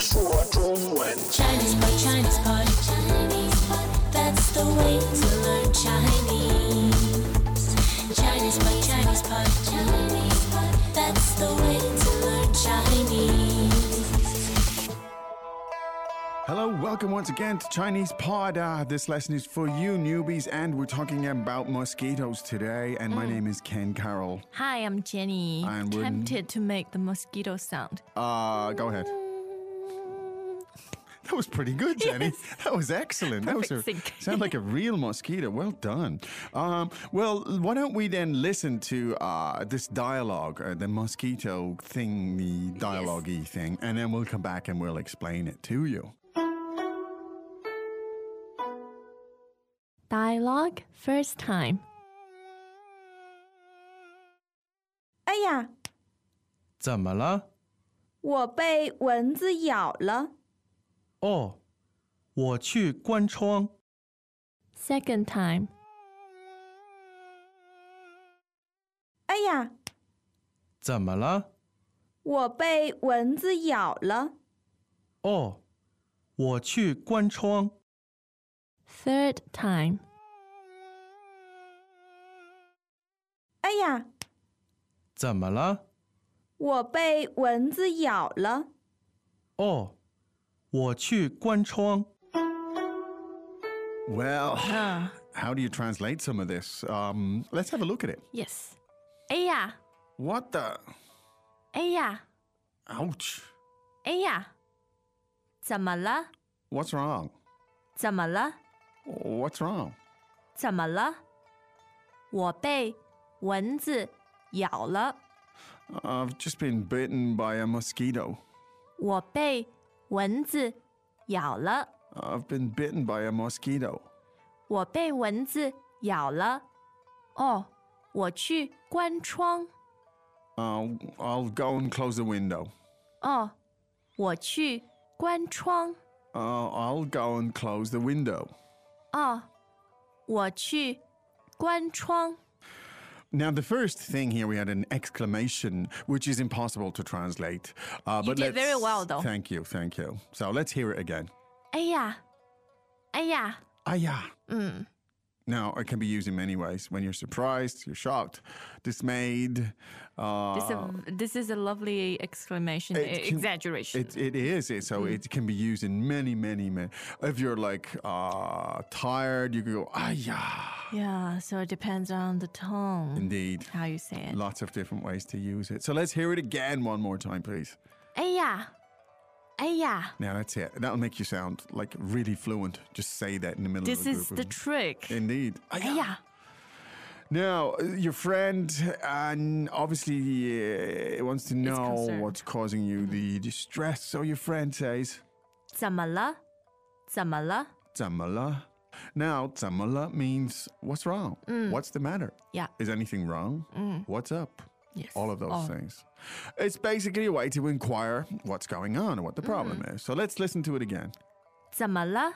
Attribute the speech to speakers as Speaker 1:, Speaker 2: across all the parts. Speaker 1: 说中文。
Speaker 2: Chinese pot, Chinese pot, Chinese pot. That's the way to learn Chinese. Chinese pot, Chinese pot, Chinese pot. That's the way to learn Chinese.
Speaker 3: Hello, welcome once again to Chinese Pod. Uh, this lesson is for you newbies, and we're talking about mosquitoes today. And
Speaker 4: Mm.
Speaker 3: my name is Ken Carroll.
Speaker 4: Hi, I'm Jenny.
Speaker 3: I'm Wooden.
Speaker 4: tempted to make the mosquito sound.
Speaker 3: Uh, go ahead. That was pretty good, Jenny. That was excellent. that was a,
Speaker 4: Perfect sync.
Speaker 3: sound like a real mosquito. Well done. Um, well, why don't we then listen to uh, this dialogue, uh, the mosquito thing, the dialogue-y thing, and then we'll come back and we'll explain it to you.
Speaker 4: Dialogue first time.
Speaker 5: 哎呀，
Speaker 6: 怎么了？
Speaker 5: 我被蚊子咬了。
Speaker 6: 哦，我去关窗。
Speaker 4: Second time.
Speaker 5: 哎呀，
Speaker 6: 怎么了？
Speaker 5: 我被蚊子咬了。
Speaker 6: 哦，我去关窗。
Speaker 4: Third time.
Speaker 5: 哎呀，
Speaker 6: 怎么了？
Speaker 5: 我被蚊子咬了。
Speaker 6: 哦，我去关窗。
Speaker 3: Well,
Speaker 4: Ah,
Speaker 3: how do you translate some of this? Um, let's have a look at it.
Speaker 4: yes. 哎呀，
Speaker 3: What the?
Speaker 4: 哎呀，
Speaker 3: Ouch.
Speaker 4: 哎呀，怎么了？
Speaker 3: What's wrong?
Speaker 4: 怎么了？
Speaker 3: What's wrong?
Speaker 4: 怎么了？我被蚊子咬了。
Speaker 3: I've just been bitten by a mosquito.
Speaker 4: 我被蚊子咬了。
Speaker 3: I've been bitten by a mosquito.
Speaker 4: 我被蚊子咬了。哦，我去关窗。
Speaker 3: I'll, I'll go and close the window.
Speaker 4: 哦，我去关窗。
Speaker 3: Uh, I'll go and close the window.
Speaker 4: 哦，我去关窗。
Speaker 3: Now, the first thing here, we had an exclamation, which is impossible to translate. Uh,
Speaker 4: You
Speaker 3: but
Speaker 4: did very
Speaker 3: let's-
Speaker 4: well, though.
Speaker 3: Thank you, thank you. So let's hear it again.
Speaker 4: 哎呀，哎呀，
Speaker 3: Ah, yeah.
Speaker 4: 嗯，
Speaker 3: Now, it can be used in many ways. When you're surprised, you're shocked, dismayed. Uh,
Speaker 4: this a, this is a lovely exclamation
Speaker 3: It can-
Speaker 4: exaggeration.
Speaker 3: It, it is. It,
Speaker 4: Mm.
Speaker 3: so it can be used in many, many, many. If you're like uh, tired, you can go, ah, yeah.
Speaker 4: yeah, so it depends on the tone,
Speaker 3: Indeed.
Speaker 4: how you say it.
Speaker 3: Lots of different ways to use it. So let's hear it again one more time, please.
Speaker 4: 哎呀，哎呀
Speaker 3: Now that's it. That'll make you sound like really fluent. Just say that in the middle of
Speaker 4: ，this
Speaker 3: the
Speaker 4: is the
Speaker 3: group.
Speaker 4: trick.
Speaker 3: Indeed. Ah,
Speaker 4: 哎
Speaker 3: yeah.
Speaker 4: 呀，
Speaker 3: Now, uh, your friend and obviously uh, wants to know
Speaker 4: concerned.
Speaker 3: what's causing you the distress. So your friend says,
Speaker 4: 怎么了？怎么了？
Speaker 3: Zamala. Now, zamala means what's wrong? What's the matter?
Speaker 4: Mm. Yeah. Mm.
Speaker 3: Is anything wrong? What's up?
Speaker 4: Yes.
Speaker 3: All of those
Speaker 4: Oh.
Speaker 3: things. It's basically a way to inquire what's going on and what the
Speaker 4: Mm.
Speaker 3: problem is. So let's listen to it again.
Speaker 4: 怎么了？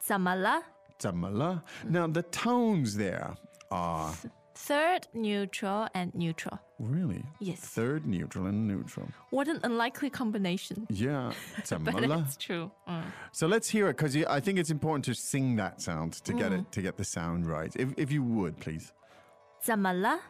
Speaker 4: 怎么了
Speaker 3: Zamala.
Speaker 4: Mm.
Speaker 3: Now, the tones there are
Speaker 4: ？Third, neutral, and neutral.
Speaker 3: really
Speaker 4: Yes.
Speaker 3: third neutral and neutral.
Speaker 4: What an unlikely combination.
Speaker 3: Yeah.
Speaker 4: But
Speaker 3: Zamala.
Speaker 4: it's true. Mm.
Speaker 3: So let's hear it because I think it's important to sing that sound to get
Speaker 4: Mm.
Speaker 3: it to get the sound right. If, if you would, please.
Speaker 4: 怎么了？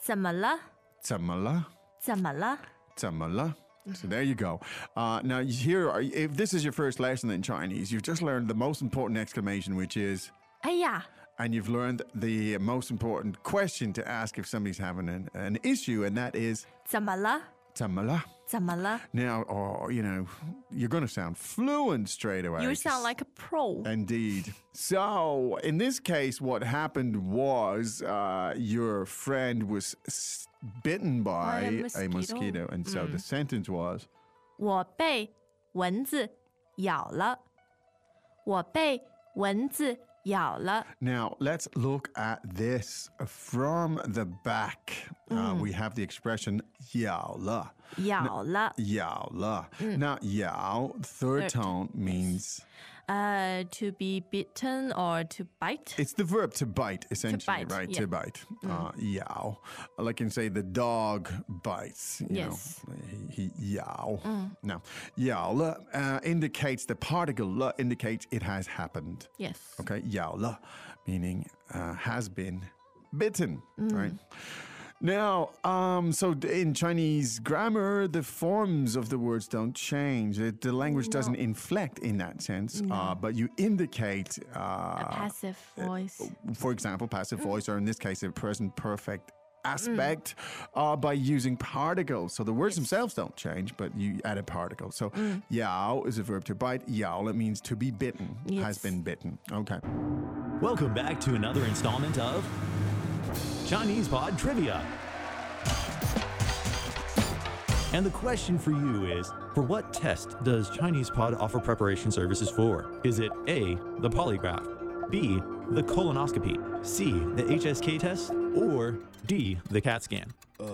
Speaker 4: 怎么了？
Speaker 3: Zamala.
Speaker 4: 怎么了？
Speaker 3: Tamala. So there you go. Uh, now here, are, if this is your first lesson in Chinese, you've just learned the most important exclamation, which is,
Speaker 4: 哎呀，
Speaker 3: and you've learned the most important question to ask if somebody's having an, an issue, and that is
Speaker 4: 怎么了？
Speaker 3: Tamala.
Speaker 4: 怎么了
Speaker 3: Now, oh, you know, you're going to sound fluent straight away.
Speaker 4: ？You sound like a pro.
Speaker 3: Indeed. So, in this case, what happened was uh, your friend was s- bitten by
Speaker 4: a
Speaker 3: a mosquito.
Speaker 4: mosquito. Mm.
Speaker 3: and so the sentence was
Speaker 4: 我被蚊子咬了。我被蚊子咬了。
Speaker 3: Now, let's look at this from the back. Uh,
Speaker 4: Mm.
Speaker 3: we have the expression yao la.
Speaker 4: 咬了。
Speaker 3: Yao la. Now, yao, third,
Speaker 4: Mm. Third.
Speaker 3: tone, means
Speaker 4: Uh, to be bitten or to bite.
Speaker 3: It's the verb to bite, essentially,
Speaker 4: bite,
Speaker 3: right?
Speaker 4: yeah. Mm.
Speaker 3: To bite. Uh, yow. Like you can say the dog bites. You
Speaker 4: Yes. Mm.
Speaker 3: Know, he, he yow. Now, yow le, uh, indicates the particle le indicates it has happened.
Speaker 4: yes.
Speaker 3: Okay, yow le, meaning uh, has been bitten,
Speaker 4: Mm.
Speaker 3: right? Now, um, so d- in Chinese grammar, the forms of the words don't change. The, the language doesn't inflect in that sense, uh, but you indicate uh, oh.
Speaker 4: A passive voice.
Speaker 3: for example, passive voice, or in this case, a present perfect aspect uh, by using particles. So the words themselves don't change, but you add a particle. So yao is a verb to bite. Yao, it means to be bitten, has
Speaker 4: Yes.
Speaker 3: been bitten. Okay.
Speaker 1: Welcome back to another installment of Chinese Pod Trivia. And the question for you is For what test does Chinese Pod offer preparation services for? Is it A, the polygraph, B, the colonoscopy, C, the HSK test, or D, the CAT scan?
Speaker 7: Uh,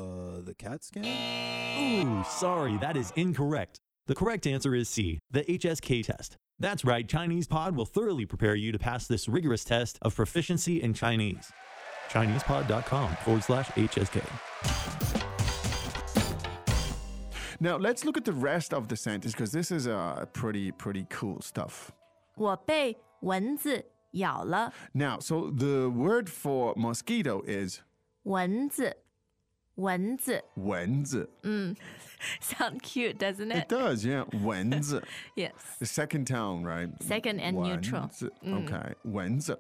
Speaker 7: the cat scan?
Speaker 1: Ooh, sorry, that is incorrect. The correct answer is C, the HSK test. That's right, Chinese Pod will thoroughly prepare you to pass this rigorous test of proficiency in Chinese. ChinesePod.com forward slash HSK.
Speaker 3: Now let's look at the rest of the sentence because this is uh, pretty, pretty cool stuff.
Speaker 4: 我被蚊子咬了。
Speaker 3: Now, so the word for mosquito is
Speaker 4: 蚊子，蚊子
Speaker 3: wenzi.
Speaker 4: ，sound cute, doesn't
Speaker 3: It
Speaker 4: it?
Speaker 3: does, yeah, wenzi.
Speaker 4: Yes.
Speaker 3: The second town, right?
Speaker 4: Second and neutral. Mm.
Speaker 3: Wenzi. Okay, Wenzi.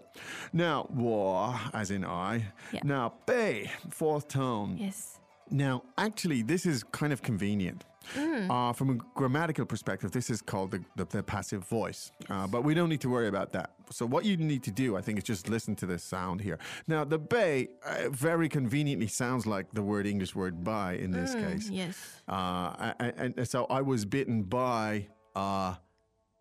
Speaker 3: Now, 我 as in I.
Speaker 4: Yeah.
Speaker 3: Now, 被 fourth tone.
Speaker 4: Yes.
Speaker 3: Now, actually, this is kind of convenient.
Speaker 4: Mm.
Speaker 3: Uh, from a grammatical perspective, this is called the, the, the passive voice, uh, but we don't need to worry about that. So, what you need to do, I think, is just listen to this sound here. Now, the bay uh, very conveniently sounds like the word English word by in this
Speaker 4: Mm.
Speaker 3: case.
Speaker 4: Yes.
Speaker 3: Uh, and, and so I was bitten by a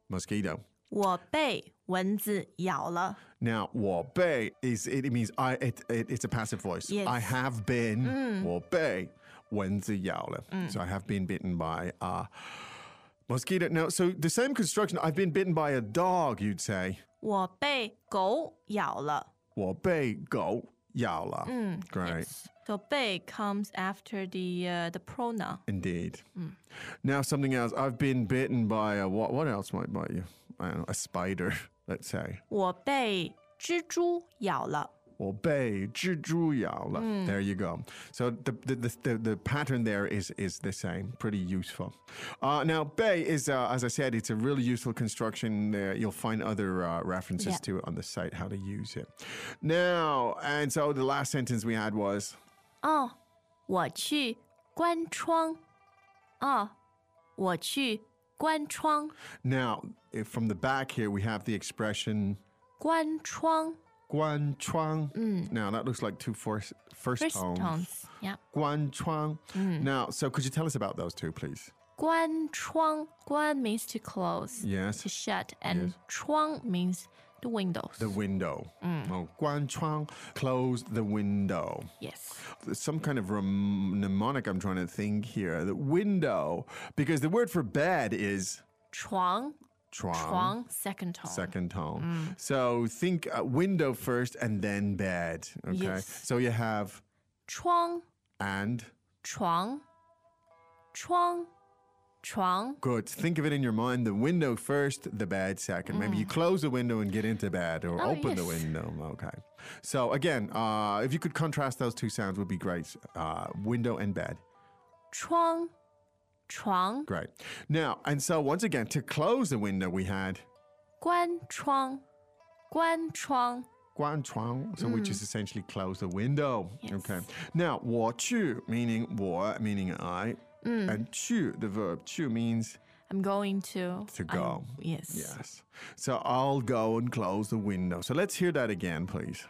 Speaker 3: mosquito.
Speaker 4: 我被蚊子咬了。
Speaker 3: Now, 我被 is it, it means I it, it it's a passive voice.
Speaker 4: Yes.
Speaker 3: I have been 我被蚊子咬了. So I have been bitten by a mosquito. Now, so the same construction. I've been bitten by a dog. You'd say
Speaker 4: 我被狗咬了。
Speaker 3: 我被狗咬了. Great.
Speaker 4: So 被 comes after the uh, the pronoun.
Speaker 3: Indeed. Now something else. I've been bitten by a what? What else might bite you? I don't know. A spider. Let's say.
Speaker 4: 我被蜘蛛咬了。
Speaker 3: 我被蜘蛛咬了。There you go. So the the, the, the the pattern there is is the same. Pretty useful. Uh, now, "被" is, uh, as I said, it's a really useful construction. Uh, you'll find other uh, references
Speaker 4: Yeah.
Speaker 3: to it on the site, how to use it. Now, and so the last sentence we had was,
Speaker 4: 哦，我去关窗。哦，我去关窗。
Speaker 3: now, if from the back here, we have the expression
Speaker 4: 关窗。
Speaker 3: "guanchuang." Now, that looks like two first, first,
Speaker 4: First
Speaker 3: tones.
Speaker 4: tones. Yeah.
Speaker 3: "Guanchuang." Now, so could you tell us about those two, please?
Speaker 4: 关窗.关 means to close.
Speaker 3: Yes.
Speaker 4: To shut. And 窗 means the windows.
Speaker 3: The window.
Speaker 4: Mm.
Speaker 3: Oh, 关窗, close the window.
Speaker 4: yes.
Speaker 3: There's Some kind of rem- mnemonic I'm trying to think here. The window, because the word for bed is
Speaker 4: 床.
Speaker 3: chuang.
Speaker 4: 床 second tone.
Speaker 3: Second tone.
Speaker 4: Mm.
Speaker 3: So think uh, window first and then bed. Okay.
Speaker 4: Yes.
Speaker 3: So you have
Speaker 4: 窗
Speaker 3: and.
Speaker 4: 床窗床。
Speaker 3: Good. Think of it in your mind. The window first, the bed second. Maybe you close the window and get into bed or
Speaker 4: Mm. Oh,
Speaker 3: open the
Speaker 4: yes.
Speaker 3: window. Okay. So again, uh, if you could contrast those two sounds would be great. Uh, window and bed.
Speaker 4: 窗床。
Speaker 3: Great. Now, and so once again, to close the window, we had
Speaker 4: 关窗关窗。
Speaker 3: guan chuang, so which
Speaker 4: Mm.
Speaker 3: is essentially close the window. Okay. Now, 我去 meaning 我 meaning I,
Speaker 4: Mm.
Speaker 3: and 去 the verb 去 means
Speaker 4: I'm going to
Speaker 3: To
Speaker 4: I'm-
Speaker 3: go.
Speaker 4: yes.
Speaker 3: yes. So I'll go and close the window. So let's hear that again, please.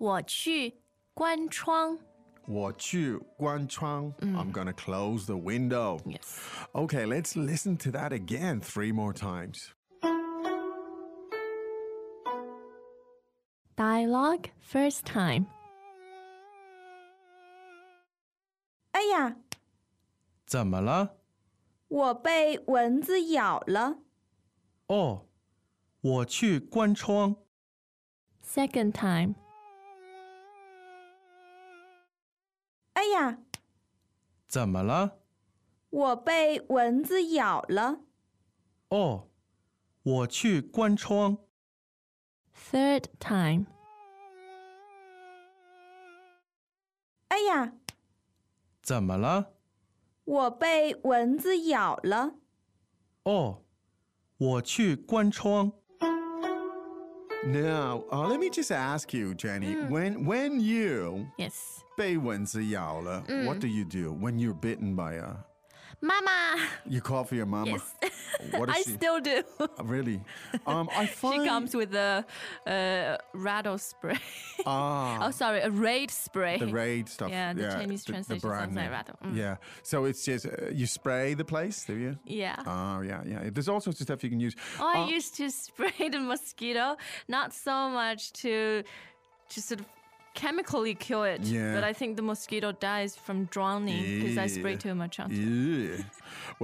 Speaker 4: 我去关窗。
Speaker 3: 我去 guan chuang. I'm gonna close the window.
Speaker 4: Mm. Yes.
Speaker 3: Okay, let's listen to that again three more times.
Speaker 4: Dialogue first time.
Speaker 5: 哎呀，
Speaker 6: 怎么了？
Speaker 5: 我被蚊子咬了。
Speaker 6: 哦，我去关窗。
Speaker 4: Second time.
Speaker 5: 哎呀，
Speaker 6: 怎么了？
Speaker 5: 我被蚊子咬了。
Speaker 6: 哦，我去关窗。
Speaker 4: Third time.
Speaker 5: 哎呀，
Speaker 6: 怎么了？
Speaker 5: 我被蚊子咬了。
Speaker 6: 哦，我去关窗。
Speaker 3: Now, uh, let me just ask you, Jenny,
Speaker 4: Mm.
Speaker 3: when when you
Speaker 4: Yes.
Speaker 3: 被蚊子咬了,
Speaker 4: Mm.
Speaker 3: what do you do when you're bitten by a?
Speaker 4: Mama.
Speaker 3: You call for your mama.
Speaker 4: Yes.
Speaker 3: What does
Speaker 4: I
Speaker 3: she? uh,
Speaker 4: still do.
Speaker 3: really? Um, I find
Speaker 4: she comes with a uh, rattle spray.
Speaker 3: ah
Speaker 4: oh, sorry, a raid spray.
Speaker 3: the raid stuff.
Speaker 4: Yeah, the Chinese translation sounds like
Speaker 3: name.
Speaker 4: rattle. Mm.
Speaker 3: Yeah, so it's just uh, you spray the place, do you?
Speaker 4: Yeah. Oh.
Speaker 3: Oh yeah, yeah. There's all sorts of stuff you can use.
Speaker 4: I
Speaker 3: Uh,
Speaker 4: used to spray the mosquito, not so much to to sort of chemically kill it,
Speaker 3: Yeah.
Speaker 4: but I think the mosquito dies from drowning because I spray
Speaker 3: Yeah.
Speaker 4: too much on. it.
Speaker 3: Yeah.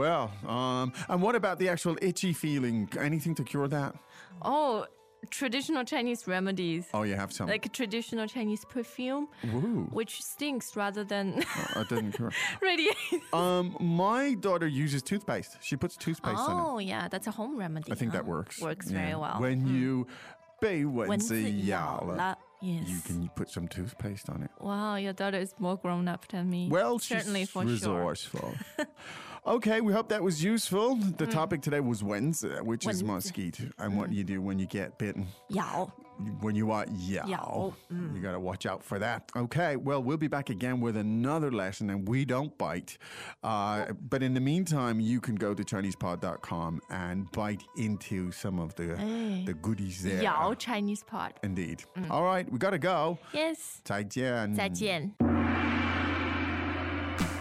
Speaker 3: well, um, and what about the actual itchy feeling? Anything to cure that?
Speaker 4: Oh, traditional Chinese remedies.
Speaker 3: Oh, you have some.
Speaker 4: Like traditional Chinese perfume,
Speaker 3: Ooh,
Speaker 4: which stinks rather than
Speaker 3: I didn't cure.
Speaker 4: radiate.
Speaker 3: Um, my daughter uses toothpaste. She puts toothpaste in it.
Speaker 4: Oh, yeah, that's a home remedy.
Speaker 3: I think that
Speaker 4: huh?
Speaker 3: works.
Speaker 4: Uh, Works
Speaker 3: Yeah.
Speaker 4: very well. Hmm.
Speaker 3: When you 被蚊子咬了，
Speaker 4: 蚊子咬了. Yes.
Speaker 3: you can put some toothpaste on it.
Speaker 4: Wow, your daughter is more grown up than me.
Speaker 3: Well, she's
Speaker 4: certainly for sure.
Speaker 3: resourceful. okay, we hope that was useful.
Speaker 4: Hmm.
Speaker 3: The topic today was Wednesday, which is
Speaker 4: 蚊子。
Speaker 3: mosquito, and
Speaker 4: Hmm.
Speaker 3: what you do when you get bitten.
Speaker 4: 咬.
Speaker 3: when you are yow,
Speaker 4: Yow, Oh, hmm.
Speaker 3: you got to watch out for that. Okay, well, we'll be back again with another lesson, and we don't bite.
Speaker 4: Oh.
Speaker 3: Uh, but in the meantime, you can go to ChinesePod.com and bite into some of the the goodies there.
Speaker 4: 咬 Chinese pot.
Speaker 3: Indeed. All right, we got to go.
Speaker 4: Yes. 嗯
Speaker 3: 再见.
Speaker 4: 再见。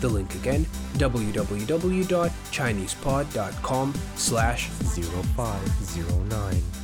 Speaker 8: The link again, www.chinesepod.com slash
Speaker 9: 0509